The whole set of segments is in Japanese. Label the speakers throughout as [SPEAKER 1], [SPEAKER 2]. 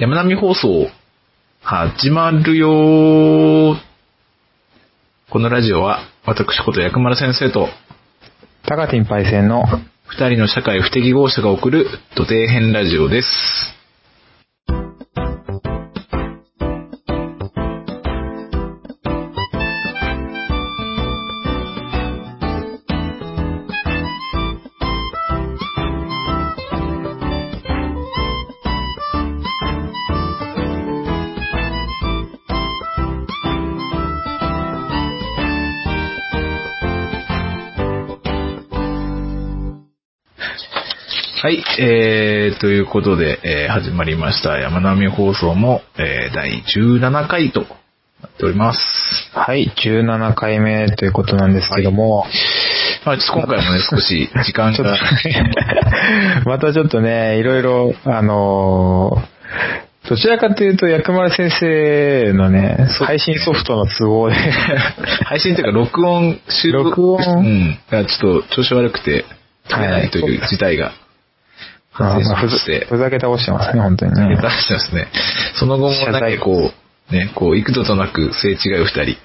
[SPEAKER 1] 山並放送、始まるよこのラジオは、私こと薬丸先生と、
[SPEAKER 2] 高ティンパイセンの、
[SPEAKER 1] 二人の社会不適合者が送る土底編ラジオです。はい、えー、ということで、えー始まりました山並放送も、えー第17回となっております。
[SPEAKER 2] はい、17回目ということなんですけども、
[SPEAKER 1] まあ、ちょっと今回もね、少し時間
[SPEAKER 2] ちょっ
[SPEAKER 1] が、
[SPEAKER 2] と、またちょっとね、いろいろ、あのーどちらかというと、薬丸先生のね、
[SPEAKER 1] そう
[SPEAKER 2] 配信ソフトの都 合で、
[SPEAKER 1] 配信というか録音収録
[SPEAKER 2] 録音
[SPEAKER 1] うん。がちょっと調子悪くて、撮れないという事態が
[SPEAKER 2] まあ
[SPEAKER 1] 発生し
[SPEAKER 2] まあふ
[SPEAKER 1] ま
[SPEAKER 2] ざ
[SPEAKER 1] して、
[SPEAKER 2] ふざけ倒してますね、本当に
[SPEAKER 1] 出
[SPEAKER 2] ね。
[SPEAKER 1] してますね。その後も
[SPEAKER 2] 謝
[SPEAKER 1] なん
[SPEAKER 2] 罪
[SPEAKER 1] かこう、ね、こう、幾度となくすれ違う二 人。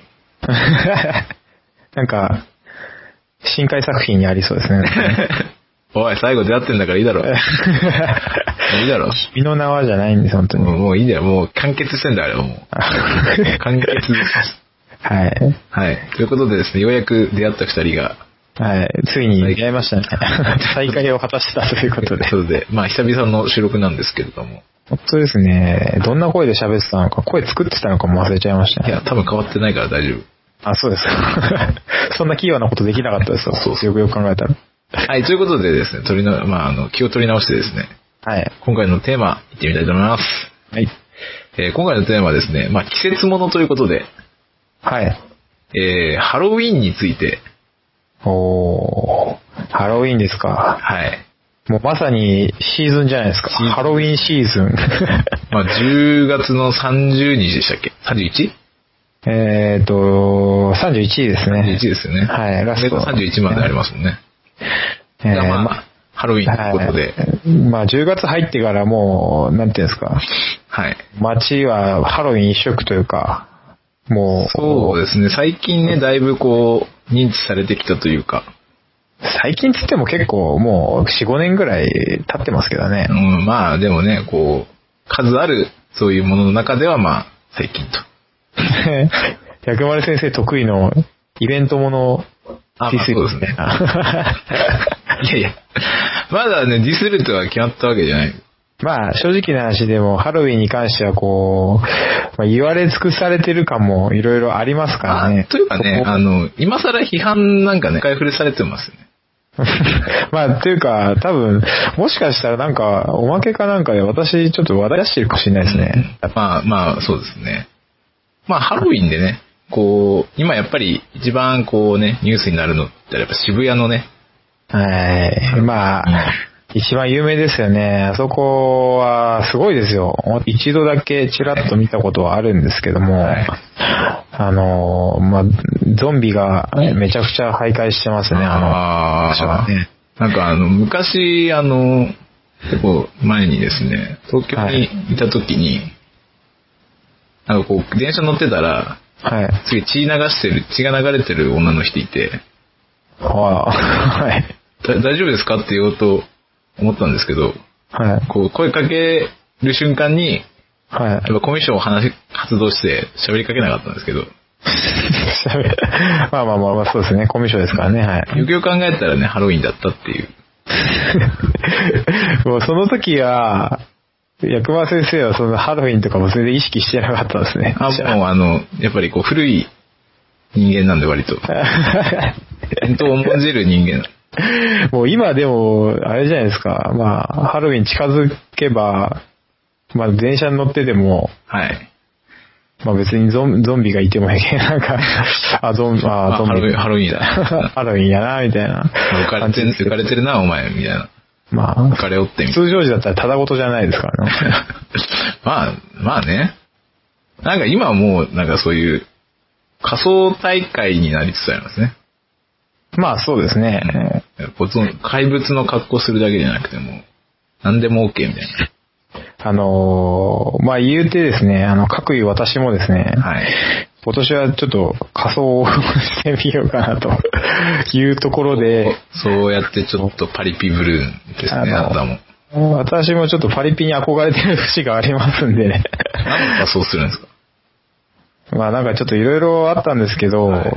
[SPEAKER 2] なんか、深海作品にありそうです ね。
[SPEAKER 1] おい、最後出会ってんだからいいだ ろ。いいだろ。
[SPEAKER 2] 身の縄じゃないんです、本当に。
[SPEAKER 1] もうもういいんだよ。もう完結してんだ、あれはもう。 完結です。
[SPEAKER 2] はい。
[SPEAKER 1] はい。ということでですね、ようやく出会った二人が、
[SPEAKER 2] はい。ついに出会いました ね。再会を果たしたという
[SPEAKER 1] と
[SPEAKER 2] こ
[SPEAKER 1] いうことと
[SPEAKER 2] で
[SPEAKER 1] で。まあ、久々の収録なんですけれども。
[SPEAKER 2] 本当ですね。どんな声で喋ってたのか、声作ってたのかも忘れちゃいました
[SPEAKER 1] いや、
[SPEAKER 2] ね。
[SPEAKER 1] 多分変わってないから大丈夫。
[SPEAKER 2] あ、そうです。 そんな器用なことできなかったですよ。
[SPEAKER 1] そうそ
[SPEAKER 2] よくよく考えたら。
[SPEAKER 1] はい、ということでですね、取りの、まあ、あの、気を取り直してですね、
[SPEAKER 2] はい。
[SPEAKER 1] 今回のテーマ、いってみたいと思います。
[SPEAKER 2] はい。
[SPEAKER 1] えー今回のテーマはですね、まあ、季節ものということで、
[SPEAKER 2] はい。
[SPEAKER 1] えーハロウィンについて、
[SPEAKER 2] おー。ハロウィンですか。
[SPEAKER 1] はい。
[SPEAKER 2] もうまさにシーズンじゃないですか。
[SPEAKER 1] シーズン
[SPEAKER 2] ハロウィンシーズン。
[SPEAKER 1] まあ、10月の30日でしたっけ ?31?31
[SPEAKER 2] えっと、31位ですね。
[SPEAKER 1] ですよね。
[SPEAKER 2] はいラスト
[SPEAKER 1] 31までありますもんね。
[SPEAKER 2] えー
[SPEAKER 1] がまあ、
[SPEAKER 2] ま
[SPEAKER 1] ハロウィンということで、
[SPEAKER 2] はいまあ、10月入ってからもう、なんていうんですか。
[SPEAKER 1] はい。
[SPEAKER 2] 街はハロウィン一色というか、もう、
[SPEAKER 1] そうですね、最近ね、だいぶこう、認知されてきたというか、
[SPEAKER 2] 最近つっても結構もう4、5年ぐらい経ってますけどね
[SPEAKER 1] う。ん、まあ、でもね、こう、数ある、そういうものの中では、まあ、最近と。
[SPEAKER 2] 薬丸先生得意のイベントもの
[SPEAKER 1] あまあそうですね
[SPEAKER 2] みたいな
[SPEAKER 1] いやいや、まだね、ディスるとは決まったわけじゃない。
[SPEAKER 2] まあ正直な話でもハロウィンに関してはこう、まあ、言われ尽くされてる感もいろいろありますからね
[SPEAKER 1] あ。というかね、
[SPEAKER 2] そこ
[SPEAKER 1] あの、今更批判なんかね、使い古されてますよね。
[SPEAKER 2] まあ、というか、多分、もしかしたらなんか、おまけかなんかで私ちょっと話題出してるかもしれないですね。
[SPEAKER 1] まあまあ、そうですね。まあ、ハロウィンでね、こう、今やっぱり一番こうね、ニュースになるのってやっぱ渋谷のね、
[SPEAKER 2] はい。まあ、一番有名ですよね。あそこはすごいですよ。一度だけちらっと見たことはあるんですけども、
[SPEAKER 1] はい
[SPEAKER 2] あの、まあ、ゾンビがめちゃくちゃ徘徊してますね、あの、場所
[SPEAKER 1] あ
[SPEAKER 2] は
[SPEAKER 1] あ、
[SPEAKER 2] ね。
[SPEAKER 1] なんかあの、昔、あの、結構前にですね、東京にいた時に、なんかこう、電車乗ってたら、
[SPEAKER 2] はい。
[SPEAKER 1] すげえ血流してる、血が流れてる女の人いて、
[SPEAKER 2] はい。はい。
[SPEAKER 1] だ大丈夫ですかって言おうと思ったんですけど、
[SPEAKER 2] はい。
[SPEAKER 1] こう声かける瞬間に、
[SPEAKER 2] はい
[SPEAKER 1] やっぱコミッションを話し発動して喋りかけなかったんですけど、よ
[SPEAKER 2] まあまあまあまあ、そうですね。コミュ障ですからね、はい。
[SPEAKER 1] くよく考えたらね、ハロウィンだったっていう。
[SPEAKER 2] もうその時は、薬丸先生はそのハロウィンとかもそれで意識してなかったですね。
[SPEAKER 1] あ、もうあの、やっぱりこう古い人間なんで割と。伝統を重んじる人間。
[SPEAKER 2] もう今でも、あれじゃないですか。まあ、ハロウィン近づけば、まあ電車に乗ってても、
[SPEAKER 1] はい。
[SPEAKER 2] まあ別にゾンゾンビがいても平気な んか、あ、ゾンビ、あ、
[SPEAKER 1] あ
[SPEAKER 2] ゾ
[SPEAKER 1] ハ
[SPEAKER 2] ン
[SPEAKER 1] ロウィ
[SPEAKER 2] ビ
[SPEAKER 1] ン、。ハロウィンだ。
[SPEAKER 2] ハロウィンやな、みたいな
[SPEAKER 1] 浮か
[SPEAKER 2] 感
[SPEAKER 1] れ
[SPEAKER 2] じ
[SPEAKER 1] て
[SPEAKER 2] ですけ
[SPEAKER 1] 浮
[SPEAKER 2] ど。
[SPEAKER 1] かれてるな、お前、みたいな。
[SPEAKER 2] ま
[SPEAKER 1] 浮か
[SPEAKER 2] あ、
[SPEAKER 1] れおってみたい
[SPEAKER 2] 通常時だったらただごとじゃないですからね。
[SPEAKER 1] な。まあ、まあね。なんか今はもう、なんかそういう、仮想大会になりつつありますね。
[SPEAKER 2] まあそうですね。
[SPEAKER 1] こっちの怪物の格好するだけじゃなくても、何でも OK みたいな。
[SPEAKER 2] あのーまあ、言うてですね、あの、各有私もですね、
[SPEAKER 1] はい。
[SPEAKER 2] 今年はちょっと仮装をしてみようかなと いうところで、
[SPEAKER 1] そうやってちょっとパリピブルーンですね、
[SPEAKER 2] あ
[SPEAKER 1] あな
[SPEAKER 2] の
[SPEAKER 1] たも。
[SPEAKER 2] 私もちょっとパリピに憧れてる節がありますんでね。
[SPEAKER 1] なんでそうするんですか
[SPEAKER 2] まあなんかちょっといろいろあったんですけど、
[SPEAKER 1] はい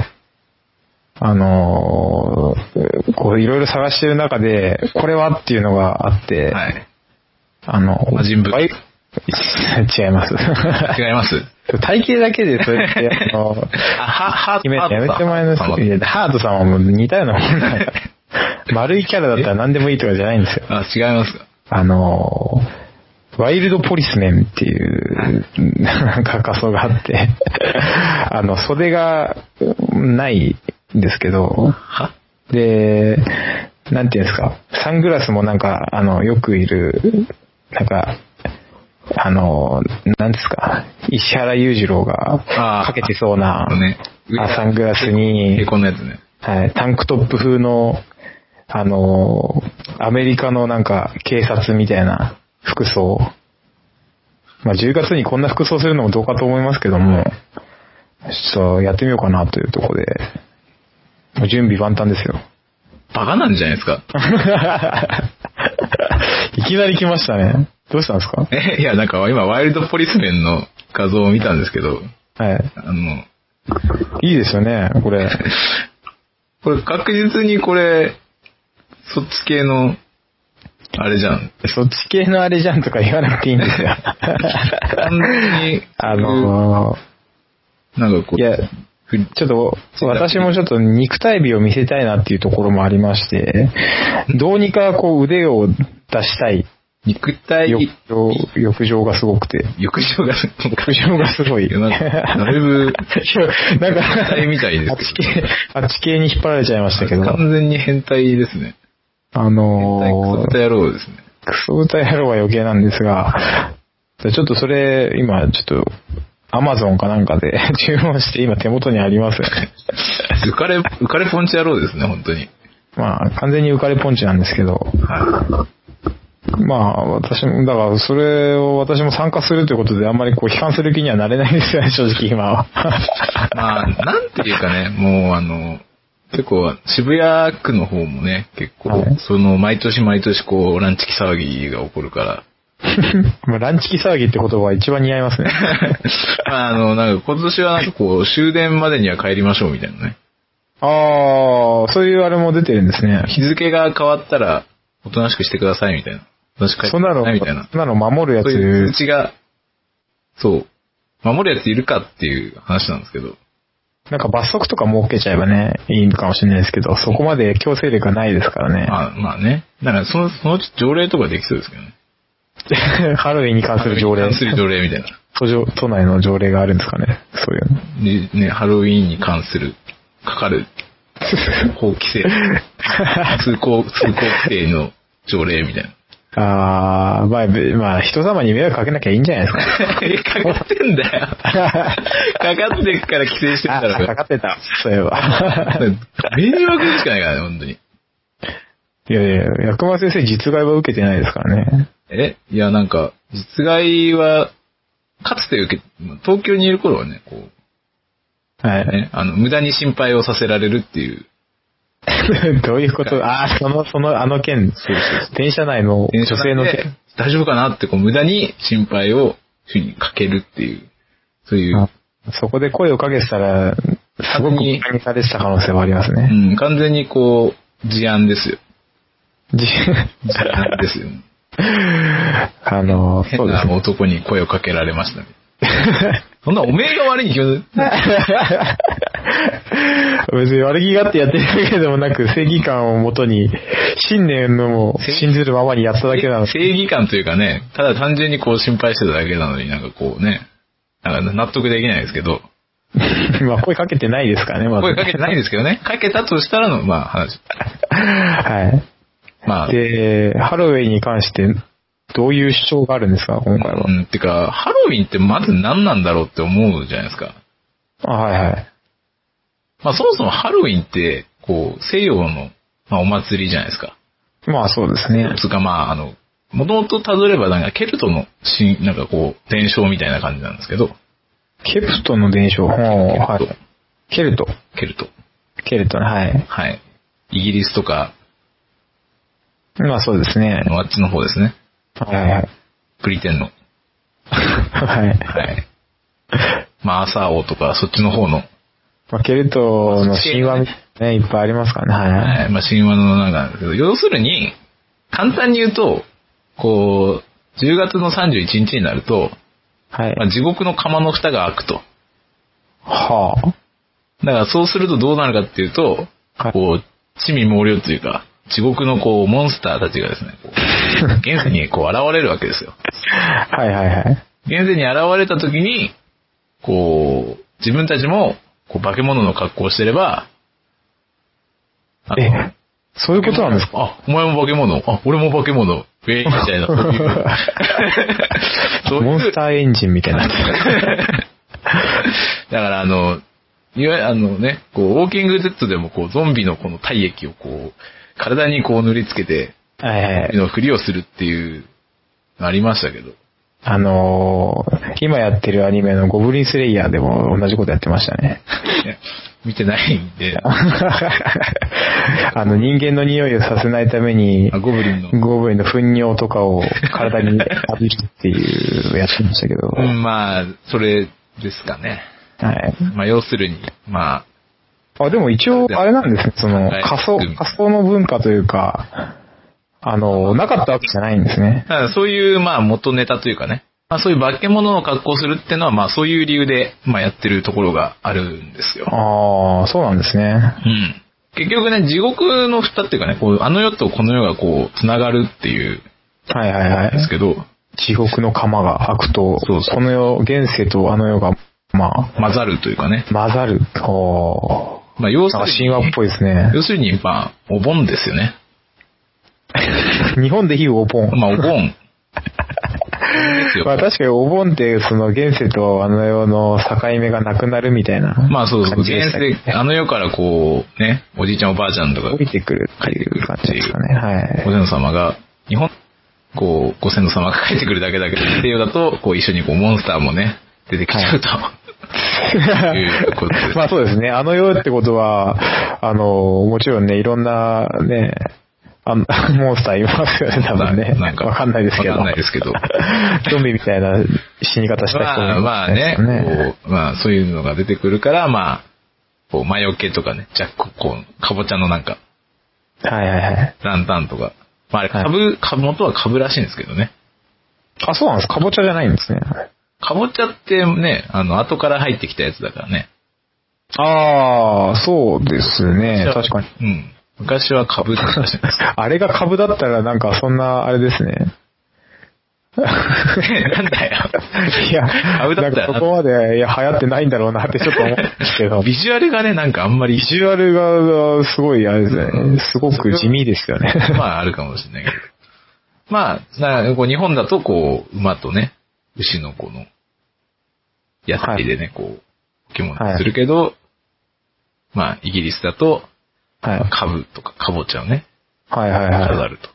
[SPEAKER 2] あのーこういろいろ探してる中で、これはっていうのがあって、
[SPEAKER 1] はい。
[SPEAKER 2] あの、
[SPEAKER 1] 魔人ブック
[SPEAKER 2] バイ違います。
[SPEAKER 1] 違います
[SPEAKER 2] 体型だけでそれって、あの、
[SPEAKER 1] あ はハート
[SPEAKER 2] 決めてやめてもらえます
[SPEAKER 1] ハートさん
[SPEAKER 2] いやハートさんはもう似たようなもんだから。丸いキャラだったら何でもいいとかじゃないんですよ。
[SPEAKER 1] あ、違いますか
[SPEAKER 2] あのー、ワイルドポリスメンっていう、なんか仮装があって、あの、袖がないんですけど、
[SPEAKER 1] は
[SPEAKER 2] で、なんていうんですか、サングラスもなんか、あの、よくいる、なんか、あの、なんですか、石原裕次郎が
[SPEAKER 1] あー
[SPEAKER 2] かけてそうな、
[SPEAKER 1] あのね
[SPEAKER 2] あサングラスに
[SPEAKER 1] え、、このやつね。
[SPEAKER 2] はい、タンクトップ風の、あのーアメリカのなんか警察みたいな服装。まあ、10月にこんな服装するのもどうかと思いますけども、ちょっとやってみようかなというところで、もう準備万端ですよ。
[SPEAKER 1] バカなんじゃないですか
[SPEAKER 2] いきなり来ましたね。どうしたんですか
[SPEAKER 1] え、いや、なんか今、ワイルドポリスメンの画像を見たんですけど、
[SPEAKER 2] はい。
[SPEAKER 1] あの、
[SPEAKER 2] いいですよね、これ。
[SPEAKER 1] これ確実にこれ、そっち系の、あれじゃん。
[SPEAKER 2] そっち系のあれじゃんとか言わなくていいんですよ。、
[SPEAKER 1] 完全に
[SPEAKER 2] あのー
[SPEAKER 1] なんかこう、
[SPEAKER 2] いや
[SPEAKER 1] ふり
[SPEAKER 2] ちょっと、私もちょっと肉体美を見せたいなっていうところもありまして、どうにかこう腕を出したい
[SPEAKER 1] 肉体、
[SPEAKER 2] 欲情、欲情がすごくて。
[SPEAKER 1] 浴場が、
[SPEAKER 2] 欲情がすごい。
[SPEAKER 1] なんかだいぶ、
[SPEAKER 2] なんか、
[SPEAKER 1] 変態みたいです
[SPEAKER 2] あっち 系、あっち系に引っ張られちゃいましたけど、
[SPEAKER 1] 完全に変態ですね。
[SPEAKER 2] あ
[SPEAKER 1] 変態
[SPEAKER 2] の
[SPEAKER 1] クソ
[SPEAKER 2] ー
[SPEAKER 1] 豚野郎ですね。
[SPEAKER 2] クソ歌やろうは余計なんですが、ちょっとそれ、今、ちょっと、アマゾンかなんかで 注文して、今手元にありますよね。
[SPEAKER 1] 浮かれ、浮かれポンチ野郎ですね、本当に。
[SPEAKER 2] まあ、完全に浮かれポンチなんですけど、
[SPEAKER 1] は
[SPEAKER 2] まあ、私も、だから、それを私も参加するということで、あんまりこう、批判する気にはなれないですよね、正 直今は。
[SPEAKER 1] い。 まあ、なんていうかね、もうあの、結構渋谷区の方もね、結構、
[SPEAKER 2] はい
[SPEAKER 1] その、毎年毎年こう、ランチキ騒ぎが起こるから、
[SPEAKER 2] まあ、ランチキ騒ぎって言葉が一番似合いますね。
[SPEAKER 1] まあ、あの、なんか今年はなんかこう、終電までには帰りましょうみたいなね。
[SPEAKER 2] ああ、そういうあれも出てるんですね。
[SPEAKER 1] 日付が変わったら、おとなしくしてくださいみたいな。おとなしく帰って
[SPEAKER 2] そん
[SPEAKER 1] く
[SPEAKER 2] な
[SPEAKER 1] だ
[SPEAKER 2] の、
[SPEAKER 1] さいみたいな。
[SPEAKER 2] そんなの守るや
[SPEAKER 1] そういう
[SPEAKER 2] つ
[SPEAKER 1] 通、知が、そう、守るやついるかっていう話なんですけど、
[SPEAKER 2] なんか罰則とか設けちゃえばね、いいのかもしれないですけど、そこまで強制力がないですからね。
[SPEAKER 1] まあまあね。だからその、そのうち条例とかできそうですけどね。
[SPEAKER 2] ハロウィンに関する条例
[SPEAKER 1] 関。する条例みたいな。
[SPEAKER 2] 都上都内の条例があるんですかね。そういう の。
[SPEAKER 1] ねね、ハロウィーンに関する、かかる、 法規制、通行、通行規制の条例みたいな。
[SPEAKER 2] ああ、まあ、べまあ、人様に迷惑かけなきゃいいんじゃないですか。
[SPEAKER 1] えかかってんだよ。 かかってっから規制してんだ
[SPEAKER 2] あ、
[SPEAKER 1] ろ
[SPEAKER 2] か。かってた。そういえ ば。
[SPEAKER 1] 迷惑しかないからね、本当に。
[SPEAKER 2] いやいや、薬丸先生実害は受けてないですからね。
[SPEAKER 1] えいや、なんか、実害は、かつて受け、東京にいる頃はね、こう、
[SPEAKER 2] はい。
[SPEAKER 1] ね、あの、無駄に心配をさせられるっていう、
[SPEAKER 2] どういうことああ、その、その、あの件、電車内の女性の
[SPEAKER 1] で
[SPEAKER 2] 件。
[SPEAKER 1] 大丈夫かなって、こう、無駄に心配を、主にかけるっていう、そうい
[SPEAKER 2] あ
[SPEAKER 1] う、
[SPEAKER 2] そこで声をかけてたら、すご
[SPEAKER 1] 確
[SPEAKER 2] く
[SPEAKER 1] 認
[SPEAKER 2] 馬鹿にされてた可能性はあります
[SPEAKER 1] う
[SPEAKER 2] ね。
[SPEAKER 1] ん、完全にこう、事案ですよ。
[SPEAKER 2] じ
[SPEAKER 1] 事案ですよ。
[SPEAKER 2] あの、そ
[SPEAKER 1] 変
[SPEAKER 2] うです
[SPEAKER 1] な
[SPEAKER 2] ね。
[SPEAKER 1] 男に声をかけられました、そんなおめえが悪いに決めた
[SPEAKER 2] 別に悪気があってやってるわけでもなく、正義感をもとに、信念のも信ずるままにやっただけなので
[SPEAKER 1] 正義感というかね、ただ単純にこう心配してただけなのになんかこうね、なんか納得できないですけど、
[SPEAKER 2] まあ、声かけてないですからね、まず。
[SPEAKER 1] 声かけてない ですけどね、かけたとしたらの、まあ話。まあ、
[SPEAKER 2] はい。で、ハロウィンに関して、どういう主張があるんですか、今回は。
[SPEAKER 1] うん、てか、ハロウィンってまず何なんだろうって思うじゃないですか。
[SPEAKER 2] あ、はいはい。
[SPEAKER 1] まあそもそもハロウィンって、こう、西洋の、まあ、お祭りじゃないですか。
[SPEAKER 2] まあ、そうですね。
[SPEAKER 1] つうかまあ、あの、もともとたどればなんかケルトのし、なんかこう、伝承みたいな感じなんですけど、
[SPEAKER 2] ケプトの伝承。ほうはい。ケルト。
[SPEAKER 1] ケルト。
[SPEAKER 2] ケルトね、はい。
[SPEAKER 1] はい。イギリスとか、
[SPEAKER 2] まあそうですね
[SPEAKER 1] あ。のあっちの方ですね。
[SPEAKER 2] はいはい。
[SPEAKER 1] ブリテンの。
[SPEAKER 2] はい。
[SPEAKER 1] はい。まあ、アーサー王とか、そっちの方の、
[SPEAKER 2] まあ、ケルトの神話みたいなね、いっぱいありますからね。はい。
[SPEAKER 1] はい、まあ、神話の中なんですけど、要するに、簡単に言うと、こう、10月の31日になると、
[SPEAKER 2] はい。
[SPEAKER 1] まあ、地獄の釜の蓋が開くと。
[SPEAKER 2] はあ。
[SPEAKER 1] だからそうするとどうなるかっていうと、
[SPEAKER 2] はい
[SPEAKER 1] こう、地味猛量というか、地獄のこう、モンスターたちがですね、 こう現世にこう現れるわけですよ。
[SPEAKER 2] はいはいはい。
[SPEAKER 1] 現世に現れた時に、こう、自分たちも、こう、化け物の格好をしてれば、あの
[SPEAKER 2] え、そういうことなんですか
[SPEAKER 1] あ、お前も化け物。あ、俺も化け物。ウェイみた いな。そういうそういう
[SPEAKER 2] モンスターエンジンみたいになって
[SPEAKER 1] だからあの、いわゆるあのね、こう、ウォーキングデッドでもこう、ゾンビのこの体液をこう、体にこう塗りつけて、
[SPEAKER 2] た。はいはい。
[SPEAKER 1] のふりをするっていう、ありましたけど。
[SPEAKER 2] あのー、今やってるアニメのゴブリンスレイヤーでも同じことやってましたね。
[SPEAKER 1] いや見てないんで、
[SPEAKER 2] あの、人間の匂いをさせないために
[SPEAKER 1] あ、ゴブリンの。
[SPEAKER 2] ゴブリンの糞尿とかを体に浴びるっていうやってましたけど。
[SPEAKER 1] うん、まあ、それですかね。
[SPEAKER 2] はい。
[SPEAKER 1] まあ、要するに、まあ、
[SPEAKER 2] あ、でも一応、あれなんですね、その、
[SPEAKER 1] はい
[SPEAKER 2] 仮想、仮想の文化というか、あの、なかったわけじゃないんですね。
[SPEAKER 1] だからそういう、まあ、元ネタというかね。まあ、そういう化け物の格好をするっていうのは、まあ、そういう理由で、まあ、やってるところがあるんですよ。
[SPEAKER 2] ああ、そうなんですね。
[SPEAKER 1] うん。結局ね、地獄の蓋っていうかね、こう、あの世とこの世がこう、繋がるっていう、
[SPEAKER 2] はいはいは
[SPEAKER 1] です
[SPEAKER 2] い。
[SPEAKER 1] けど、
[SPEAKER 2] 地獄の釜が開くと、
[SPEAKER 1] そうそう
[SPEAKER 2] この世、現世とあの世が、まあ、
[SPEAKER 1] 混ざるというかね。
[SPEAKER 2] 混ざる。お
[SPEAKER 1] まあ、要
[SPEAKER 2] ー
[SPEAKER 1] す
[SPEAKER 2] なん
[SPEAKER 1] る
[SPEAKER 2] か
[SPEAKER 1] に、
[SPEAKER 2] 神話っぽいですね。
[SPEAKER 1] 要するに、まあ、お盆ですよね。
[SPEAKER 2] 日本でいうお盆。
[SPEAKER 1] まあ、お盆。ですよ
[SPEAKER 2] まあ確かにお盆って、その現世とあの世の境目がなくなるみたいな。
[SPEAKER 1] まあ、そうそう。
[SPEAKER 2] 感じで
[SPEAKER 1] 現
[SPEAKER 2] したね
[SPEAKER 1] 世、あの世からこう、ね、おじいちゃんおばあちゃんとか
[SPEAKER 2] 降、りてくるっていう感じですかね。はい
[SPEAKER 1] ご。先祖様が、日本、こう、ご先祖様が帰ってくるだけだけど、っていうだと、こう、一緒にこう、モンスターもね、出てきちゃうと。いうことです
[SPEAKER 2] まあそうですね。あの世ってことは、あの、もちろんね、いろんなね、あの モンスターいますよね、多分ね。
[SPEAKER 1] なんか
[SPEAKER 2] わかんないですけど。
[SPEAKER 1] わかんないですけど
[SPEAKER 2] ゾンビみたいな死に方した人
[SPEAKER 1] まあまあ
[SPEAKER 2] います
[SPEAKER 1] ね
[SPEAKER 2] よ、
[SPEAKER 1] こうまあそういうのが出てくるから、まあ、こう、魔除けとかね、ジャック、こう、かぼちゃのなんか、
[SPEAKER 2] はいはいはい。
[SPEAKER 1] ランタンとか。まああれ、
[SPEAKER 2] はい
[SPEAKER 1] 株、株元は株らしいんですけどね。
[SPEAKER 2] あ、そうなんです。かぼちゃじゃないんですね。
[SPEAKER 1] かぼちゃってね、あの、後から入ってきたやつだからね。
[SPEAKER 2] ああ、そうですね。確かに。。
[SPEAKER 1] うん。昔は株って言ってましたね
[SPEAKER 2] あれが株だったらなんかそんな、あれですね。
[SPEAKER 1] なんだよ。
[SPEAKER 2] いや、
[SPEAKER 1] 株だ
[SPEAKER 2] な
[SPEAKER 1] っ
[SPEAKER 2] ん
[SPEAKER 1] た
[SPEAKER 2] からそこまで、いや、流行ってないんだろうなってちょっと思うんですけ ど。
[SPEAKER 1] ビジュアルがね、なんかあんまり
[SPEAKER 2] ビ、ジュアルが、すごい、あれですね。すごく地味ですよね。
[SPEAKER 1] まああるかもしれないけど。まあ、なこう日本だとこう、馬とね、牛のこの、屋台でね、こう、着物にするけど、まあ、イギリスだと、
[SPEAKER 2] はい。
[SPEAKER 1] 株とかカボチャをね、
[SPEAKER 2] はいはい
[SPEAKER 1] 飾
[SPEAKER 2] は
[SPEAKER 1] ると。
[SPEAKER 2] い。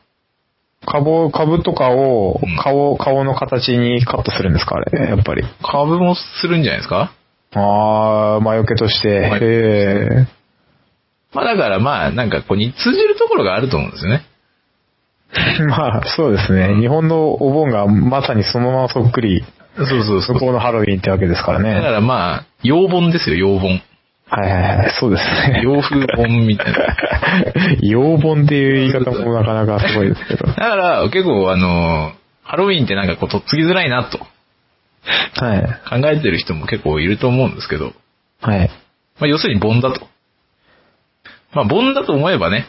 [SPEAKER 2] 株、株とかを
[SPEAKER 1] うん、
[SPEAKER 2] 顔、顔の形にカットするんですかあれ、やっぱり。
[SPEAKER 1] 株もするんじゃないですか
[SPEAKER 2] あー、魔除けとして。
[SPEAKER 1] 魔除け
[SPEAKER 2] へ
[SPEAKER 1] まあだからまあ、なんかこうに通じるところがあると思うんですよね。
[SPEAKER 2] え。まあ、そうですね。日本のお盆がまさにそのままそっくり、
[SPEAKER 1] そうそう
[SPEAKER 2] 向こうのハロウィンってわけですから
[SPEAKER 1] だか
[SPEAKER 2] ね。
[SPEAKER 1] らまあ、洋本ですよ、洋本。
[SPEAKER 2] はいはいはい。そうですね。
[SPEAKER 1] 洋風本みたいな。
[SPEAKER 2] 洋盆っていう言い方もなかなかすごいですけど。
[SPEAKER 1] だから結構あの、ハロウィンってなんかこうとっつきづらいなと
[SPEAKER 2] はい。
[SPEAKER 1] 考えてる人も結構いると思うんですけど、
[SPEAKER 2] はい。
[SPEAKER 1] まあ要するに盆だと。まあ盆だと思えばね、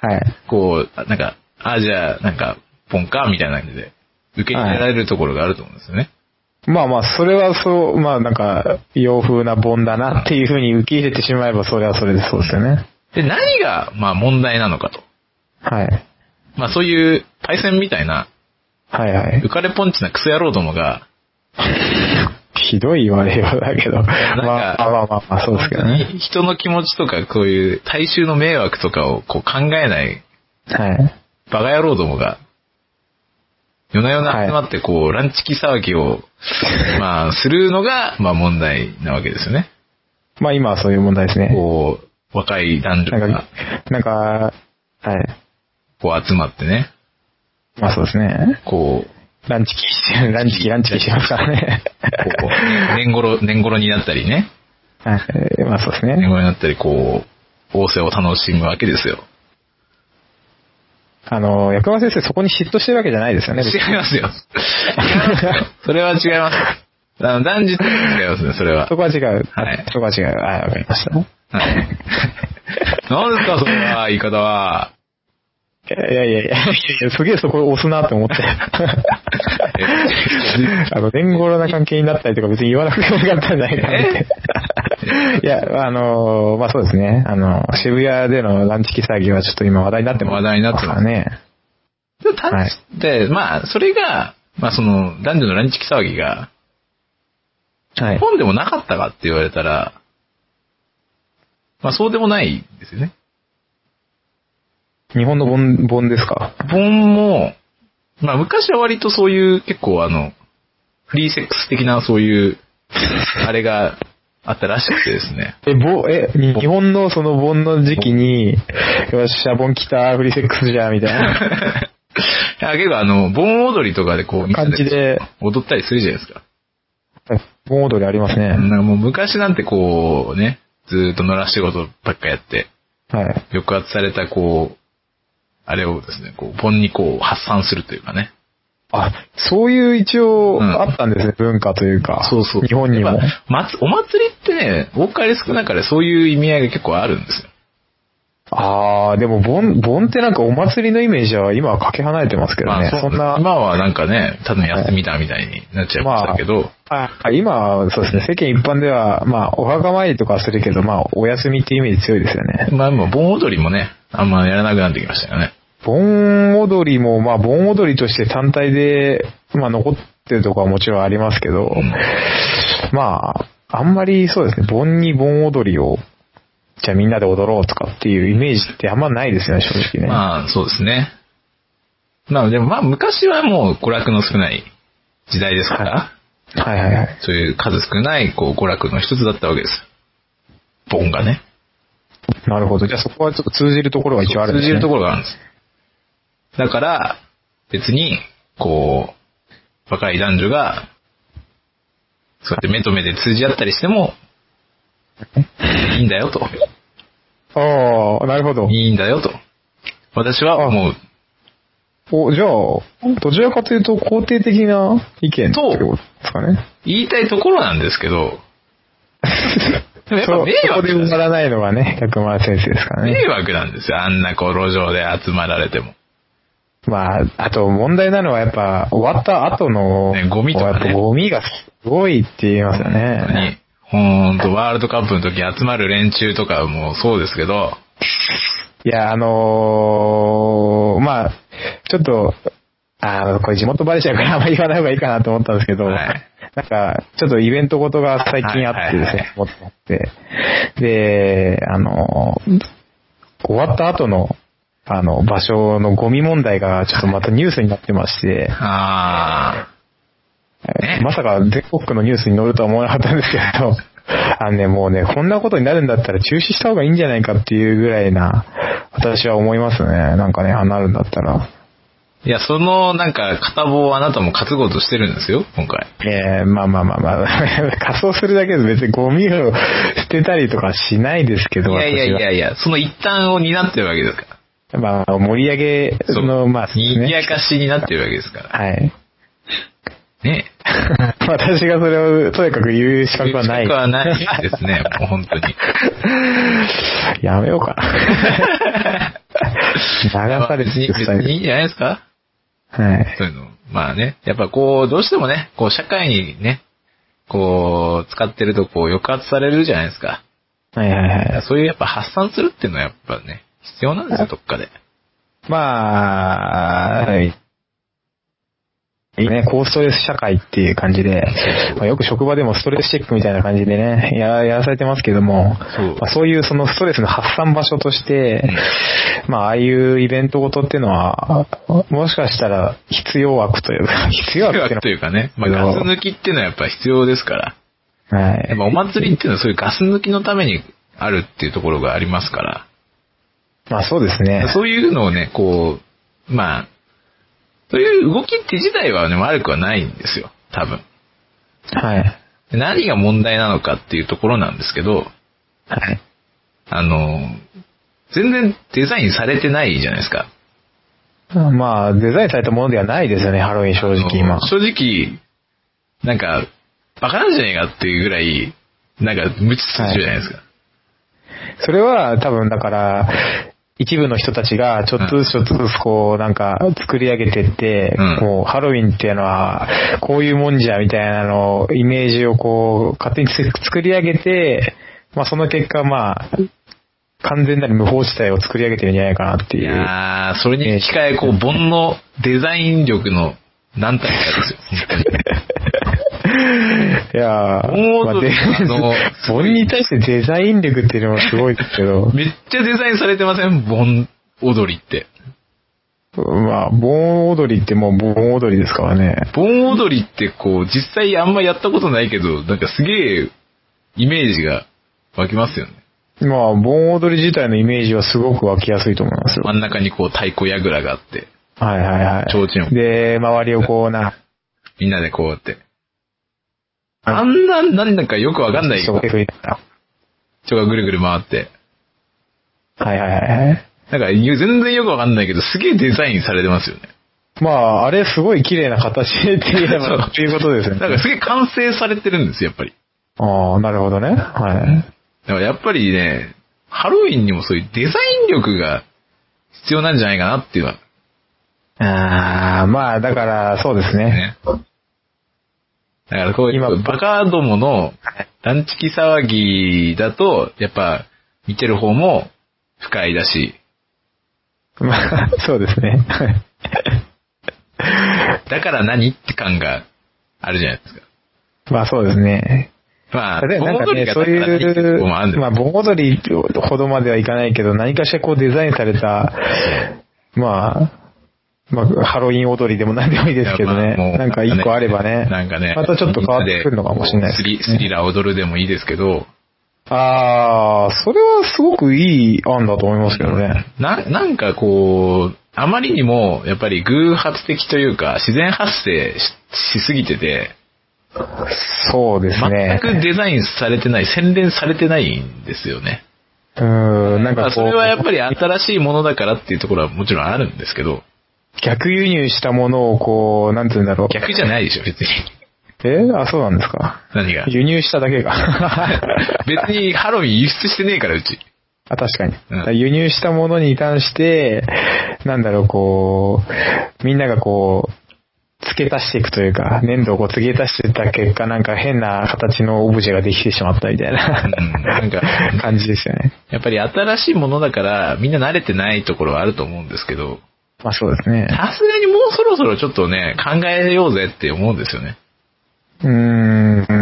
[SPEAKER 2] はい。
[SPEAKER 1] こう、なんか、あ、じゃあ、なんか、ポンか、みたいな感じで、受け入れられるところがあると思うんですよね。
[SPEAKER 2] まあまあ、それはそう、まあなんか、洋風な盆だなっていうふうに受け入れてしまえば、それはそれでそうですよね。
[SPEAKER 1] で、何が、まあ問題なのかと。
[SPEAKER 2] はい。
[SPEAKER 1] まあそういう、パイセンみたいな、
[SPEAKER 2] はいはい
[SPEAKER 1] 浮。かれポンチなクソ野郎どもが、
[SPEAKER 2] ひどい言われようだけど。まあまあまあまあまあ、そうですけどね。
[SPEAKER 1] 人の気持ちとか、こういう大衆の迷惑とかをこう考えない
[SPEAKER 2] はい。
[SPEAKER 1] バカ野郎どもが、夜な夜な集まって、こう、ランチキ騒ぎ を、まあ、するのが、まあ問題なわけですよね。
[SPEAKER 2] まあ今はそういう問題ですね。
[SPEAKER 1] こう、若い男
[SPEAKER 2] な
[SPEAKER 1] 女
[SPEAKER 2] んか
[SPEAKER 1] が、、
[SPEAKER 2] なんか、はい。
[SPEAKER 1] こう集まってね、
[SPEAKER 2] まあそうですね。
[SPEAKER 1] こう、
[SPEAKER 2] ランチキして、ランチキ、ランチキしますからね。
[SPEAKER 1] こう、年頃、年頃になったりね、
[SPEAKER 2] はい。 まあそうです
[SPEAKER 1] 年
[SPEAKER 2] ね。
[SPEAKER 1] 頃になったり、こう、旺盛を楽しむわけですよ。
[SPEAKER 2] あの、薬丸先生そこに嫉妬してるわけじゃないですよね。別に
[SPEAKER 1] 違います よ。それは違います。あの、男児と違いますね、それは
[SPEAKER 2] そ。こは違う。
[SPEAKER 1] はい
[SPEAKER 2] そこは違う。はい、わかりました。
[SPEAKER 1] はい。何ですか、そんな言い方は。
[SPEAKER 2] いやいやいやいやいや、すげえそこ押すなって思 って。あの、年頃な関係になったりとか別に言わなくてもよかったんじゃないかな って。いや、あの、まあそうですね。あの、渋谷でのランチキ騒ぎはちょっと今話題になってます
[SPEAKER 1] 話題になってます
[SPEAKER 2] からね。
[SPEAKER 1] でも単純で、まあ、それが、まあその、男女のランチキ騒ぎが、
[SPEAKER 2] はい。
[SPEAKER 1] 本でもなかったかって言われたら、まあそうでもないんですよね。
[SPEAKER 2] 日本の盆、盆ですか
[SPEAKER 1] 本も、まあ昔は割とそういう結構あの、フリーセックス的なそういう、あれがあったらしくてです ね。
[SPEAKER 2] え、ぼ、え、日本のその盆の時期に、よっしゃ、盆来た、フリーセックスじゃ、みたいな
[SPEAKER 1] いや、結構あの、盆踊りとかでこう、みんな
[SPEAKER 2] 感じで、
[SPEAKER 1] 踊ったりするじゃないですか。
[SPEAKER 2] 盆踊りありますね。
[SPEAKER 1] なんかもう昔なんてこう、ね、ずーっと野良仕事ばっかやって、
[SPEAKER 2] はい。
[SPEAKER 1] 抑圧されたこう、あれをですね、こう、盆にこう、発散するというかね。
[SPEAKER 2] あ、そういう一応、
[SPEAKER 1] うん
[SPEAKER 2] あったんですね、文化というか。
[SPEAKER 1] そうそう。
[SPEAKER 2] 日本にも
[SPEAKER 1] やっ。ぱまつお祭りってね、多かれ少なかれそういう意味合いが結構あるんですよ。
[SPEAKER 2] あー、でも、盆、盆ってなんかお祭りのイメージは今はかけ離れてますけどね。
[SPEAKER 1] まあ
[SPEAKER 2] そんな、
[SPEAKER 1] 今はなんかね、ただの休みだみたいになっちゃいましたけど、
[SPEAKER 2] あ今はそうですね、世間一般では、まあ、お墓参りとかはするけど、まあ、お休みっていうイメージ強いですよね。
[SPEAKER 1] まあ、まあ盆踊りもね、あんまやらなくなってきましたよね。
[SPEAKER 2] 盆踊りも、まあ、盆踊りとして単体で、まあ、残ってるとこはもちろんありますけど、
[SPEAKER 1] ん
[SPEAKER 2] まあ、あんまりそうですね、盆に盆踊りを、じゃあみんなで踊ろうとかっていうイメージってあんまないですよね、正直ね。
[SPEAKER 1] まあ、そうですね。まあ、でもまあ、昔はもう娯楽の少ない時代ですから、
[SPEAKER 2] はいはいはい。
[SPEAKER 1] そういう数少ない、こう、娯楽の一つだったわけです。盆がね。
[SPEAKER 2] なるほど。じゃあそこはちょっと通じるところが一応あるん
[SPEAKER 1] 通
[SPEAKER 2] です、
[SPEAKER 1] じ
[SPEAKER 2] ね。
[SPEAKER 1] ると
[SPEAKER 2] こ
[SPEAKER 1] ころがあるんです。だから、別に、こう、若い男女が、そうやって目と目で通じ合ったりしても、いいんだよと。
[SPEAKER 2] ろ。ああ、なるほど。
[SPEAKER 1] いいんだよと。私は思う。
[SPEAKER 2] お、じゃあ、どちらかというと肯定的な意見って
[SPEAKER 1] そう
[SPEAKER 2] ことですかね。
[SPEAKER 1] 言いたいところなんですけど、でもやっ
[SPEAKER 2] そ
[SPEAKER 1] ぱ
[SPEAKER 2] う
[SPEAKER 1] 迷
[SPEAKER 2] そこ
[SPEAKER 1] 惑
[SPEAKER 2] で埋まらないのがね、百万先生ですからね。
[SPEAKER 1] 迷惑なんですよ。あんなこう路上で集まられても。
[SPEAKER 2] まあ、あと問題なのはやっぱ、終わった後の、
[SPEAKER 1] ねゴミとかね
[SPEAKER 2] やっぱゴミがすごいって言いますよ
[SPEAKER 1] 本当に
[SPEAKER 2] ね。、
[SPEAKER 1] ほんとワールドカップの時集まる連中とかもそうですけど、
[SPEAKER 2] いや、あのーまあ、ちょっと、あの、これ地元バレちゃうからあんまり言わない方がいいかなと思ったんですけど、
[SPEAKER 1] はい
[SPEAKER 2] なんか、ちょっとイベントごとが最近あってですね、思って、で、あのー終わった後の、あの、場所のゴミ問題がちょっとまたニュースになってまして、
[SPEAKER 1] あね
[SPEAKER 2] まさか全国区のニュースに載るとは思わなかったんですけ ど、あのね、もうね、こんなことになるんだったら中止した方がいいんじゃないかっていうぐらいな、私は思いますね。なんかね、あなるんだったら。
[SPEAKER 1] ーいや、そのなんか片棒をあなたも担ごうとしてるんですよ、今回。
[SPEAKER 2] えー、まあまあまあまあ、 仮装するだけで別にゴミを捨てたりとかしないですけ
[SPEAKER 1] い
[SPEAKER 2] ど、
[SPEAKER 1] やいやい
[SPEAKER 2] 私は
[SPEAKER 1] やいや、その一端を担ってるわけですから。
[SPEAKER 2] まあ、盛り上げ
[SPEAKER 1] そう
[SPEAKER 2] の、まあ、
[SPEAKER 1] 賑やかしになってるわけですから。
[SPEAKER 2] はい。
[SPEAKER 1] ね。
[SPEAKER 2] 私がそれをとにかく言う資格はない。
[SPEAKER 1] 近くはないですね、もう本当に。
[SPEAKER 2] やめようか な。流され
[SPEAKER 1] 別
[SPEAKER 2] て
[SPEAKER 1] に、
[SPEAKER 2] る
[SPEAKER 1] 別にいいんじゃないですか
[SPEAKER 2] はい。
[SPEAKER 1] そういうの。まあね、やっぱこう、どうしてもね、こう、社会にね、こう、使ってるとこう、抑圧されるじゃないですか。
[SPEAKER 2] はいはいはい。
[SPEAKER 1] そういうやっぱ発散するっていうのはやっぱね、必要なんですよ、どっかで。
[SPEAKER 2] まあ、はい。ね、高ストレス社会っていう感じで、まあ、よく職場でもストレスチェックみたいな感じでね、ややらされてますけども、
[SPEAKER 1] そう
[SPEAKER 2] まあ、そういうそのストレスの発散場所として、まあ、ああいうイベントごとっていうのは、もしかしたら必要悪というか、必要悪っていうの
[SPEAKER 1] というかね、まあ、ガス抜きっていうのはやっぱ必要ですから。
[SPEAKER 2] は、は
[SPEAKER 1] やっ
[SPEAKER 2] い。
[SPEAKER 1] ぱお祭りっていうのはそういうガス抜きのためにあるっていうところがありますから。
[SPEAKER 2] まあそうですね。
[SPEAKER 1] そういうのをね、こう、まあ、そういう動きって自体はね、悪くはないんですよ。多分。
[SPEAKER 2] はい。
[SPEAKER 1] で何が問題なのかっていうところなんですけど、
[SPEAKER 2] はい。
[SPEAKER 1] あの、全然デザインされてないじゃないですか。
[SPEAKER 2] まあ、デザインされたものではないですよね、ハロウィン正直今
[SPEAKER 1] あの。正直、なんか、バカなんじゃねえかっていうぐらい、なんか、無知するじゃないですか。
[SPEAKER 2] それは多分だから、一部の人たちがちょっとずつちょっとずつこうなんか作り上げてって、
[SPEAKER 1] うん
[SPEAKER 2] こうハロウィンっていうのはこういうもんじゃみたいなのをイメージをこう勝手につ作り上げて、まあその結果まあ完全なる無法地帯を作り上げてるんじゃないかなって
[SPEAKER 1] い
[SPEAKER 2] いう。
[SPEAKER 1] やー、それに引き換え、こう、煩悩、デザイン力の何体かですよ、 本当に。
[SPEAKER 2] いやー、
[SPEAKER 1] 盆踊り
[SPEAKER 2] まあで
[SPEAKER 1] の
[SPEAKER 2] 盆に対してデザイン力っていうのもすごいですけど、
[SPEAKER 1] めっちゃデザインされてません盆踊りって。
[SPEAKER 2] まあ、盆踊りってもう盆踊りですからね。
[SPEAKER 1] 盆踊りってこう、実際あんまやったことないけど、なんかすげえイメージが湧きますよね。
[SPEAKER 2] まあ、盆踊り自体のイメージはすごく湧きやすいと思いますよ。
[SPEAKER 1] 真ん中にこう太鼓やぐらがあって、
[SPEAKER 2] はいはいはい。
[SPEAKER 1] 提灯を
[SPEAKER 2] で、周りをこうな、
[SPEAKER 1] みんなでこうやって。あんな、なんだかよくわかんない
[SPEAKER 2] 人
[SPEAKER 1] 人
[SPEAKER 2] が増えた。
[SPEAKER 1] がぐるぐる回って。
[SPEAKER 2] はいはいはいはい。
[SPEAKER 1] なんか全然よくわかんないけど、すげえデザインされてますよね。
[SPEAKER 2] まあ、あれすごい綺麗な形でって言え ば、
[SPEAKER 1] そう
[SPEAKER 2] っていうことですよね。
[SPEAKER 1] なんかすげえ完成されてるんですよ、やっぱり。
[SPEAKER 2] ああ、なるほどね。はい。
[SPEAKER 1] だからやっぱりね、ハロウィンにもそういうデザイン力が必要なんじゃないかなっていうのは
[SPEAKER 2] ああ、まあ、だから、そうですね。
[SPEAKER 1] ね。だからこう
[SPEAKER 2] 今
[SPEAKER 1] いう、バカどもの断食騒ぎだと、やっぱ、見てる方も不快だし、
[SPEAKER 2] まあ、そうですね。はい
[SPEAKER 1] だから何って感があるじゃないですか。
[SPEAKER 2] まあ、そうですね。
[SPEAKER 1] まあ、
[SPEAKER 2] で
[SPEAKER 1] 盆
[SPEAKER 2] なんか
[SPEAKER 1] 踊り
[SPEAKER 2] ね、
[SPEAKER 1] が
[SPEAKER 2] そ
[SPEAKER 1] だ
[SPEAKER 2] う
[SPEAKER 1] から何ってい
[SPEAKER 2] いう
[SPEAKER 1] とこもあるんだ
[SPEAKER 2] う、まあ、
[SPEAKER 1] よ。
[SPEAKER 2] 盆踊りほどまではいかないけど、何かしらこうデザインされた、まあ、まあ、ハロウィン踊りでも何でもいいですけど
[SPEAKER 1] いやまあも
[SPEAKER 2] ね
[SPEAKER 1] う。
[SPEAKER 2] なんか一個あればね。
[SPEAKER 1] なんかね、
[SPEAKER 2] またちょっと変わってくるのかもしれない
[SPEAKER 1] スリ
[SPEAKER 2] です、
[SPEAKER 1] スリラー踊るでもいいですけど、
[SPEAKER 2] ああ、それはすごくいい案だと思いますけどね。
[SPEAKER 1] な、なんかこう、あまりにも、やっぱり偶発的というか、自然発生ししすぎてて、
[SPEAKER 2] そうです
[SPEAKER 1] 全
[SPEAKER 2] ね。
[SPEAKER 1] くデザインされてない、洗練されてないんですよね。
[SPEAKER 2] うーん、なん
[SPEAKER 1] ま
[SPEAKER 2] か
[SPEAKER 1] あ、そ
[SPEAKER 2] こ
[SPEAKER 1] れはやっぱ
[SPEAKER 2] う、
[SPEAKER 1] り新しいものだからっていうところはもちろんあるんですけど、
[SPEAKER 2] 逆輸入したものをこう、なんて言うんだろう。
[SPEAKER 1] 逆じゃないでしょ、別に。
[SPEAKER 2] えあ、そうなんですか。
[SPEAKER 1] 何が。
[SPEAKER 2] 輸入しただけが。
[SPEAKER 1] 別にハロウィン輸出してねえから、うち。
[SPEAKER 2] あ、確かに。
[SPEAKER 1] うん
[SPEAKER 2] だから輸入したものに関して、なんだろう、こう、みんながこう、付け足していくというか、粘土をこう付け足していった結果、なんか変な形のオブジェができてしまったみたいな、
[SPEAKER 1] うんなんか
[SPEAKER 2] 感じですよね。
[SPEAKER 1] やっぱり新しいものだから、みんな慣れてないところはあると思うんですけど、
[SPEAKER 2] まあそうですね。
[SPEAKER 1] さすがにもうそろそろちょっとね、考えようぜって思うんですよね。
[SPEAKER 2] うーん、うー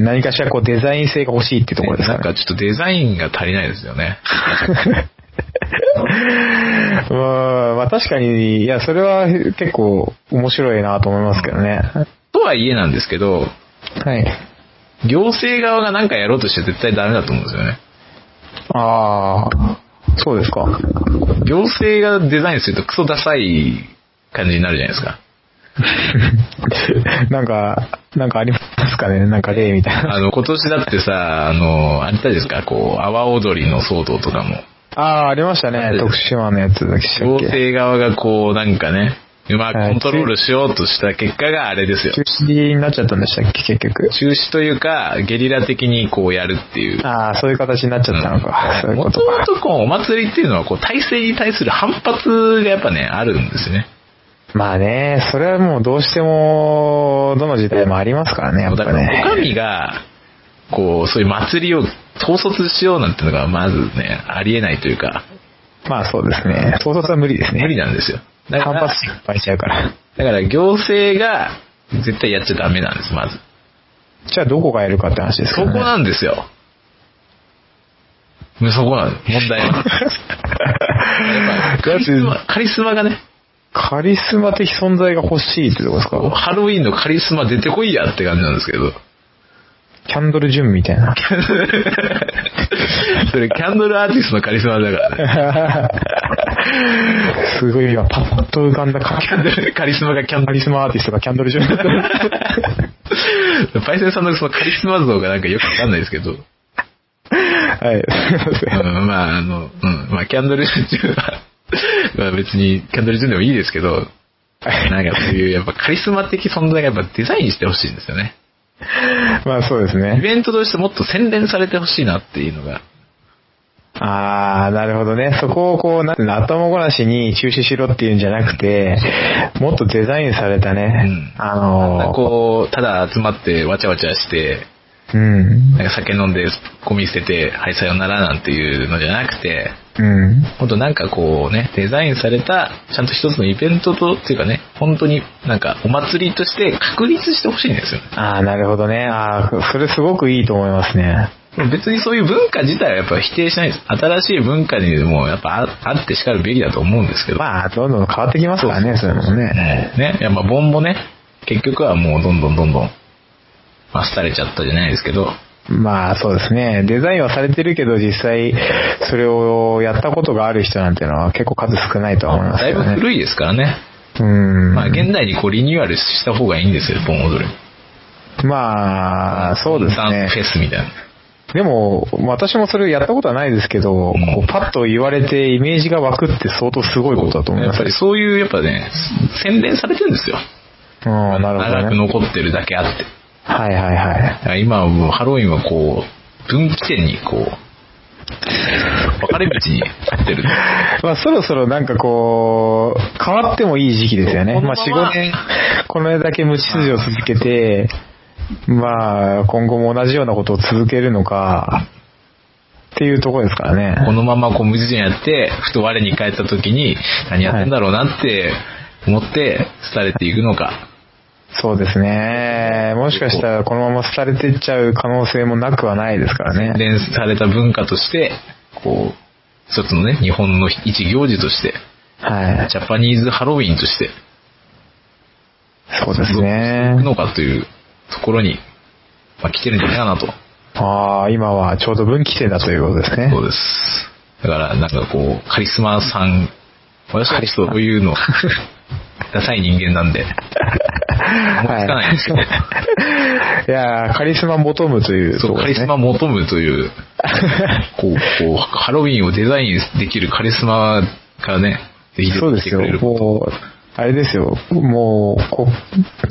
[SPEAKER 2] ん何かしらこうデザイン性が欲しいってところです
[SPEAKER 1] な
[SPEAKER 2] か
[SPEAKER 1] ん
[SPEAKER 2] ね。
[SPEAKER 1] かちょっとデザインが足りないですよね。
[SPEAKER 2] うーんまあ確かに、いや、それは結構面白いなと思いますけどね。
[SPEAKER 1] とはいえなんですけど、
[SPEAKER 2] はい。
[SPEAKER 1] 行政側がなんかやろうとして絶対ダメだと思うんですよね。
[SPEAKER 2] ああ、そうです か。
[SPEAKER 1] 行政がデザインするとクソダサい感じになるじゃないですか。
[SPEAKER 2] なんか、なんかありますかねなんか例みたいな。
[SPEAKER 1] あの、今年だってさ、あの、あれたですか、こう、阿波踊りの騒動とかも、
[SPEAKER 2] ああー、ありましたね。徳島のやつだっ
[SPEAKER 1] 行
[SPEAKER 2] け。
[SPEAKER 1] 政側がこう、なんかね、うまく
[SPEAKER 2] はい
[SPEAKER 1] コントロールしようとした結果があれですよ
[SPEAKER 2] 中。止になっちゃったんでしたっけ結局。
[SPEAKER 1] 中止というか、ゲリラ的にこうやるっていう。
[SPEAKER 2] ああ、そういう形になっちゃったのか。そういう
[SPEAKER 1] も
[SPEAKER 2] ことと
[SPEAKER 1] も
[SPEAKER 2] か。
[SPEAKER 1] とこう、お祭りっていうのは、こう、体制に対する反発がやっぱね、あるんですね。
[SPEAKER 2] まあね、それはもうどうしても、どの時代もありますからね、やっ
[SPEAKER 1] だ
[SPEAKER 2] ぱ
[SPEAKER 1] から、お
[SPEAKER 2] ね。
[SPEAKER 1] 上が、こう、そういう祭りを統率しようなんてのが、まずね、ありえないというか、
[SPEAKER 2] まあそうですね。統率は無理ですね。
[SPEAKER 1] 無理なんですよ。だか
[SPEAKER 2] 反
[SPEAKER 1] ら
[SPEAKER 2] 発、心いっぱいしちゃうから。
[SPEAKER 1] だから行政が絶対やっちゃダメなんです、まず。
[SPEAKER 2] じゃあどこがやるかって話です
[SPEAKER 1] そ
[SPEAKER 2] よ
[SPEAKER 1] こ
[SPEAKER 2] ね。
[SPEAKER 1] なんですよ。そこなんです。問題は。やっ ぱカリスマ、カリスマがね、
[SPEAKER 2] カリスマ的存在が欲しいってとこですか
[SPEAKER 1] ハロウィンのカリスマ出てこいやって感じなんですけど。
[SPEAKER 2] キャンドル・ジュンみたいな。
[SPEAKER 1] それキャンドルアーティストのカリスマだからね。
[SPEAKER 2] すごい今、パッと浮かんだカ
[SPEAKER 1] キャンドルカリスマがキャンド
[SPEAKER 2] カリスマアーティストがキャンドル・ジュン。
[SPEAKER 1] ル。パイセンさんのそのカリスマ像がなんかよくわかんないですけど。
[SPEAKER 2] はい、 すいませ
[SPEAKER 1] うん
[SPEAKER 2] ん。、
[SPEAKER 1] まあ、あの、うん、まあ、キャンドルジュンは、まあ別に、キャンドルジュンでもいいですけど、なんかそういう、やっぱカリスマ的存在がやっぱデザインしてほしいんですよね。
[SPEAKER 2] まあそうです
[SPEAKER 1] イ
[SPEAKER 2] ね。
[SPEAKER 1] ベントとしてもっと洗練されてほしいなっていうのが。
[SPEAKER 2] あー、なるほどね。そこをこう、なんていうの頭ごなしに中止しろっていうんじゃなくて、もっとデザインされたね。
[SPEAKER 1] うん
[SPEAKER 2] あ
[SPEAKER 1] なん
[SPEAKER 2] の
[SPEAKER 1] かこう、ただ集まってわちゃわちゃして、
[SPEAKER 2] うん。
[SPEAKER 1] なんか酒飲んで、ゴミ捨てて、はい、さよならなんていうのじゃなくて、
[SPEAKER 2] うん。
[SPEAKER 1] ほんとなんかこうね、デザインされた、ちゃんと一つのイベントと、っていうかね、本当になんかお祭りとして確立してほしいんですよね。
[SPEAKER 2] あー、なるほどね。あー、それすごくいいと思いますね。
[SPEAKER 1] 別にそういう文化自体はやっぱ否定しないです。新しい文化にもやっぱああってしかるべきだと思うんですけど。
[SPEAKER 2] まあ、どんどん変わってきますからね、そういうのもね。
[SPEAKER 1] ね。いやまあ、ボンもね、結局はもうどんどんどんどん、まあ、廃れちゃったじゃないですけど、
[SPEAKER 2] まあそうですね。デザインはされてるけど、実際、それをやったことがある人なんてのは結構数少ないとは思います
[SPEAKER 1] だい
[SPEAKER 2] け
[SPEAKER 1] ぶ
[SPEAKER 2] どね。
[SPEAKER 1] 古いですからね。
[SPEAKER 2] うん。
[SPEAKER 1] まあ、現代にこうリニューアルした方がいいんですよ、盆踊り。
[SPEAKER 2] まあ、そうです
[SPEAKER 1] ダン
[SPEAKER 2] ね
[SPEAKER 1] ス。フェスみたいな。
[SPEAKER 2] でも、私もそれをやったことはないですけど、
[SPEAKER 1] ん
[SPEAKER 2] こうパッと言われてイメージが湧くって相当すごいことだと思い
[SPEAKER 1] や
[SPEAKER 2] ま
[SPEAKER 1] っ
[SPEAKER 2] す
[SPEAKER 1] ぱ。りそういう、やっぱね、洗練されてるんですよ。
[SPEAKER 2] うん、なるほ
[SPEAKER 1] 長
[SPEAKER 2] ど
[SPEAKER 1] く
[SPEAKER 2] ね。
[SPEAKER 1] 残ってるだけあって。
[SPEAKER 2] はいはいはい
[SPEAKER 1] だ。から今はもうハロウィンはこう、分岐点にこう、分かれ道に立ってる。
[SPEAKER 2] まあそろそろなんかこう、変わってもいい時期ですよね。
[SPEAKER 1] この
[SPEAKER 2] まあ
[SPEAKER 1] まま
[SPEAKER 2] 4、5年、これだけ無秩序を続けて、まあ今後も同じようなことを続けるのか、っていうところですから
[SPEAKER 1] こ
[SPEAKER 2] ね。
[SPEAKER 1] のままこう無事にやって、ふと我に返った時に、何やってんだろうなって思って、廃れていくのか。
[SPEAKER 2] そうですね。もしかしたらこのまま廃れていっちゃう可能性もなくはないですから
[SPEAKER 1] 洗
[SPEAKER 2] ね。
[SPEAKER 1] 練された文化として、こう、一つのね、日本の一行事として、
[SPEAKER 2] はい。
[SPEAKER 1] ジャパニーズハロウィンとして、
[SPEAKER 2] そうですね
[SPEAKER 1] いく。のかというところに、まあ、来てるんじゃないかなと。
[SPEAKER 2] ああ、今はちょうど分岐点だということですね
[SPEAKER 1] そ。うです。だから、なんかこう、カリスマさん、私はちょっとこういうの、ダサい人間なんで、思いつかないんですけど、
[SPEAKER 2] いやーカリスマ求むというと
[SPEAKER 1] そう、
[SPEAKER 2] こ
[SPEAKER 1] カ
[SPEAKER 2] ろで
[SPEAKER 1] リス
[SPEAKER 2] すね。
[SPEAKER 1] マ求むという、こう、こう、ハロウィンをデザインできるカリスマからね、ぜひ出
[SPEAKER 2] そう
[SPEAKER 1] て
[SPEAKER 2] で
[SPEAKER 1] きて
[SPEAKER 2] す
[SPEAKER 1] く
[SPEAKER 2] よ
[SPEAKER 1] れる。こ
[SPEAKER 2] もう、あれですよ。もう、こ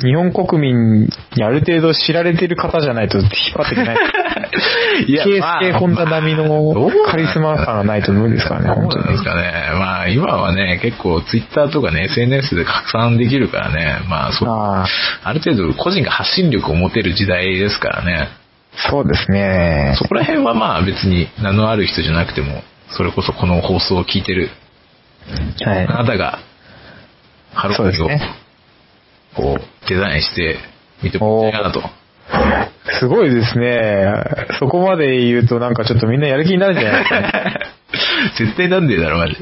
[SPEAKER 2] 日本国民にある程度知られてる方じゃないと引っ張っていけない。
[SPEAKER 1] と。い
[SPEAKER 2] ケース系ホンダ並みのカリスマ感がないと無理ですからね、
[SPEAKER 1] そう
[SPEAKER 2] 本当
[SPEAKER 1] なんで
[SPEAKER 2] に
[SPEAKER 1] す。かね。まあ、今はね、結構ツイッターとかね、SNS で拡散できるからね、まあ、そう、
[SPEAKER 2] ああ、
[SPEAKER 1] ある程度個人が発信力を持てる時代ですからね。
[SPEAKER 2] そうですね。
[SPEAKER 1] そこら辺はまあ別に名のある人じゃなくても、それこそこの放送を聞いてる、
[SPEAKER 2] はい。
[SPEAKER 1] あなたが、ハロウィンを、
[SPEAKER 2] そうですね
[SPEAKER 1] こう、デザインして見てもらいたいなと。
[SPEAKER 2] すごいですね。そこまで言うとなんかちょっとみんなやる気になるんじゃないですかね。
[SPEAKER 1] 絶対なんでだろ、マジ。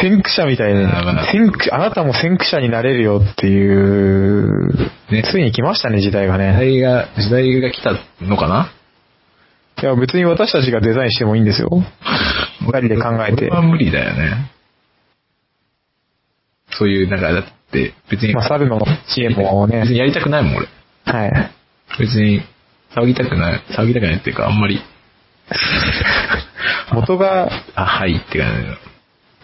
[SPEAKER 2] 先駆者みたい
[SPEAKER 1] あーま
[SPEAKER 2] な
[SPEAKER 1] あ、
[SPEAKER 2] 先駆あなたも先駆者になれるよっていう、
[SPEAKER 1] ね
[SPEAKER 2] ついに来ましたね、時代が
[SPEAKER 1] 時
[SPEAKER 2] ね。
[SPEAKER 1] 代が、時代が来たのかない
[SPEAKER 2] や、別に私たちがデザインしてもいいんですよ。二人で考え
[SPEAKER 1] これ
[SPEAKER 2] て。
[SPEAKER 1] は無理だよね。そういう、なんか、だって、別に、
[SPEAKER 2] まあ、猿の知恵も
[SPEAKER 1] 別に
[SPEAKER 2] ね、
[SPEAKER 1] やりたくないもん、俺。
[SPEAKER 2] はい。
[SPEAKER 1] 別に、騒ぎたくない、騒ぎたくないっていうか、あんまり、
[SPEAKER 2] 元が、
[SPEAKER 1] あ、はいって感じだ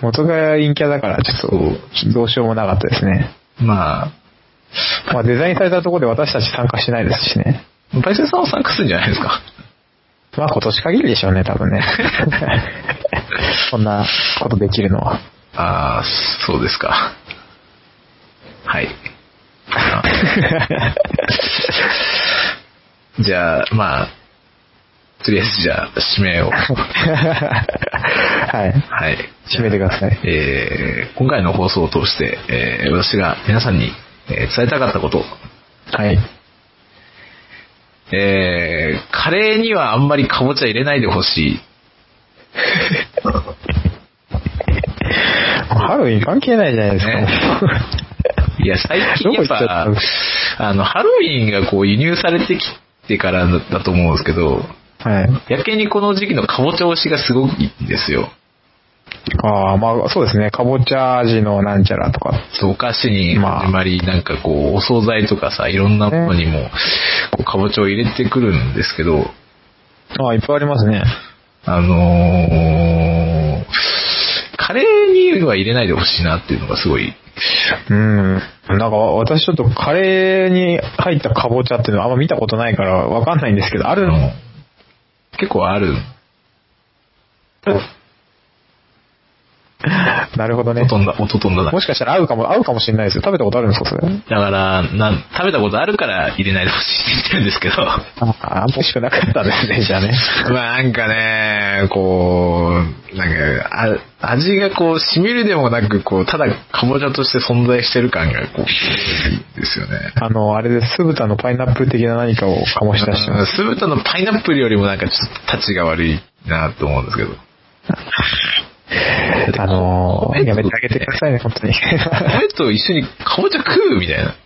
[SPEAKER 2] 元が陰キャだから、ちょっと、どうしようもなかったですね。
[SPEAKER 1] まあ、
[SPEAKER 2] まあ、デザインされたところで私たち参加しないですしね。
[SPEAKER 1] バイセンさんは参加するんじゃないですか。
[SPEAKER 2] まあ、今年限りでしょうね、多分ね。 こんなことできるのは。
[SPEAKER 1] ああ、そうですか。はい。あ じゃあ、まあ、とりあえずじゃあ、締めを。
[SPEAKER 2] はい。
[SPEAKER 1] はい。
[SPEAKER 2] 締めてください。
[SPEAKER 1] えー今回の放送を通して、えー私が皆さんに、えー伝えたかったこと、
[SPEAKER 2] はい。
[SPEAKER 1] えーカレーにはあんまりかぼちゃ入れないでほしい。
[SPEAKER 2] ハロウィン関係ないじゃないですか。
[SPEAKER 1] ねいや、最近やっ
[SPEAKER 2] どこ行
[SPEAKER 1] ぱ
[SPEAKER 2] っちゃ、
[SPEAKER 1] あの、ハロウィンがこう輸入されてきてからだと思うんですけど、
[SPEAKER 2] はい。
[SPEAKER 1] やけにこの時期のかぼちゃ推しがすごいんですよ。
[SPEAKER 2] ああ、まあそうですね。かぼちゃ味のなんちゃらとか。
[SPEAKER 1] そうお菓子に
[SPEAKER 2] まあ
[SPEAKER 1] 始まり、なんかこう、お惣菜とかさ、いろんなものにも、こう、かぼちゃを入れてくるんですけど、
[SPEAKER 2] ああ、いっぱいありますね。
[SPEAKER 1] あのーカレーには入れないでほしいなっていうのがすごい、
[SPEAKER 2] うん。なんか私ちょっとカレーに入ったかぼちゃっていうのはあんま見たことないからわかんないんですけど、あ
[SPEAKER 1] あ
[SPEAKER 2] る
[SPEAKER 1] の結構ある
[SPEAKER 2] なるほどね
[SPEAKER 1] ほ。とんど、おととんどだ。
[SPEAKER 2] もしかしたら合うかも、合うかもしれないですよ。食べたことあるんですか、それ。
[SPEAKER 1] だからなん、食べたことあるから入れないでほしいって言ってるんですけど。
[SPEAKER 2] ああんま美味しくなかったですね、じゃあね。
[SPEAKER 1] まあなんかね、こう、なんか、あ味がこう、染みるでもなく、こう、ただ、かぼちゃとして存在してる感が、こう、いいですよね。
[SPEAKER 2] あの、あれです。酢豚のパイナップル的な何かを醸し出してます。
[SPEAKER 1] 酢豚のパイナップルよりもなんかちょっと立ちが悪いなと思うんですけど。
[SPEAKER 2] あの
[SPEAKER 1] 米と
[SPEAKER 2] やめてあげてくださいね、本当に。
[SPEAKER 1] 米と一緒にかぼちゃ食うみたいな。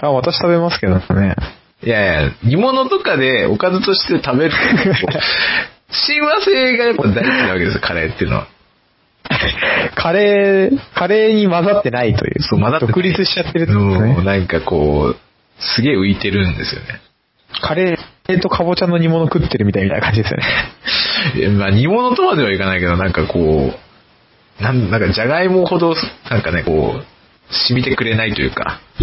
[SPEAKER 2] あ、私食べますけど ね。
[SPEAKER 1] いやいや、煮物とかでおかずとして食べる。 親和性がやっぱ大事なわけですよ、カレーっていうのは。
[SPEAKER 2] カレー、カレーに混ざってないという。
[SPEAKER 1] そう混ざってない
[SPEAKER 2] 独立しちゃってるってことです
[SPEAKER 1] うん、
[SPEAKER 2] ね。
[SPEAKER 1] なんかこう、すげえ浮いてるんですよね。
[SPEAKER 2] カレーとかぼちゃの煮物食ってるみたいな感じですよね。
[SPEAKER 1] いやまあ、煮物とまではいかないけど、なんかこう、なんなんかじゃがいもほど、なんかね、こう、染みてくれないというか。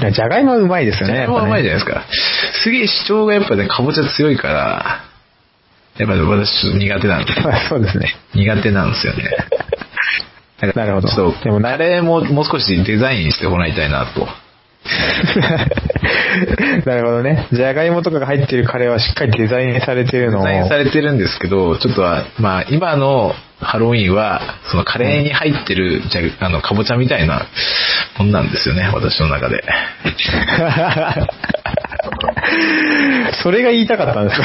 [SPEAKER 2] いやじゃがいもはうまいですよ
[SPEAKER 1] じゃ
[SPEAKER 2] ね。
[SPEAKER 1] がいもはうまいじ
[SPEAKER 2] ゃ
[SPEAKER 1] ゃないですか。すげえ主張がやっぱね、かぼちゃ強いから、やっぱね私ちょっと苦手なん で、
[SPEAKER 2] そうですね。
[SPEAKER 1] 苦手なんですよね。んか
[SPEAKER 2] なるほど
[SPEAKER 1] ちょっと、
[SPEAKER 2] で もな
[SPEAKER 1] カレーももう少しデザインしてもらいたいなと。
[SPEAKER 2] なるほどね。じゃがいもとかが入ってるカレーはしっかりデザインされて
[SPEAKER 1] デ
[SPEAKER 2] るのを。
[SPEAKER 1] ザインされてるんですけど、ちょっとは、まあ、今のハロウィンは、そのカレーに入ってる、じゃ、あの、かぼちゃみたいなもんなんですよね、私の中で。
[SPEAKER 2] それが言いたかったん です。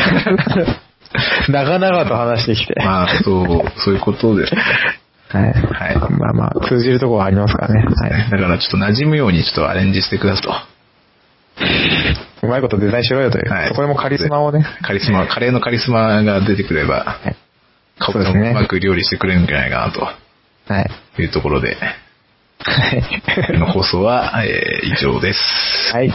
[SPEAKER 2] 長々と話してきて。
[SPEAKER 1] まあ、そう、そういうことですね。
[SPEAKER 2] はい。
[SPEAKER 1] はい
[SPEAKER 2] まあまあ、通じるところはありますからね。はい。
[SPEAKER 1] だから、ちょっと馴染むように、ちょっとアレンジしてくださいと。
[SPEAKER 2] うまいことデザインしろよという。
[SPEAKER 1] はい
[SPEAKER 2] そこでもカリスマをね。
[SPEAKER 1] カリスマ、カレーのカリスマが出てくれば
[SPEAKER 2] はい、
[SPEAKER 1] かぼち
[SPEAKER 2] そ
[SPEAKER 1] ゃ
[SPEAKER 2] うです
[SPEAKER 1] も
[SPEAKER 2] ね
[SPEAKER 1] うまく料理してくれるんじゃないかな
[SPEAKER 2] はい。
[SPEAKER 1] というところで、
[SPEAKER 2] はい。
[SPEAKER 1] の放送は、えー以上です。
[SPEAKER 2] はい。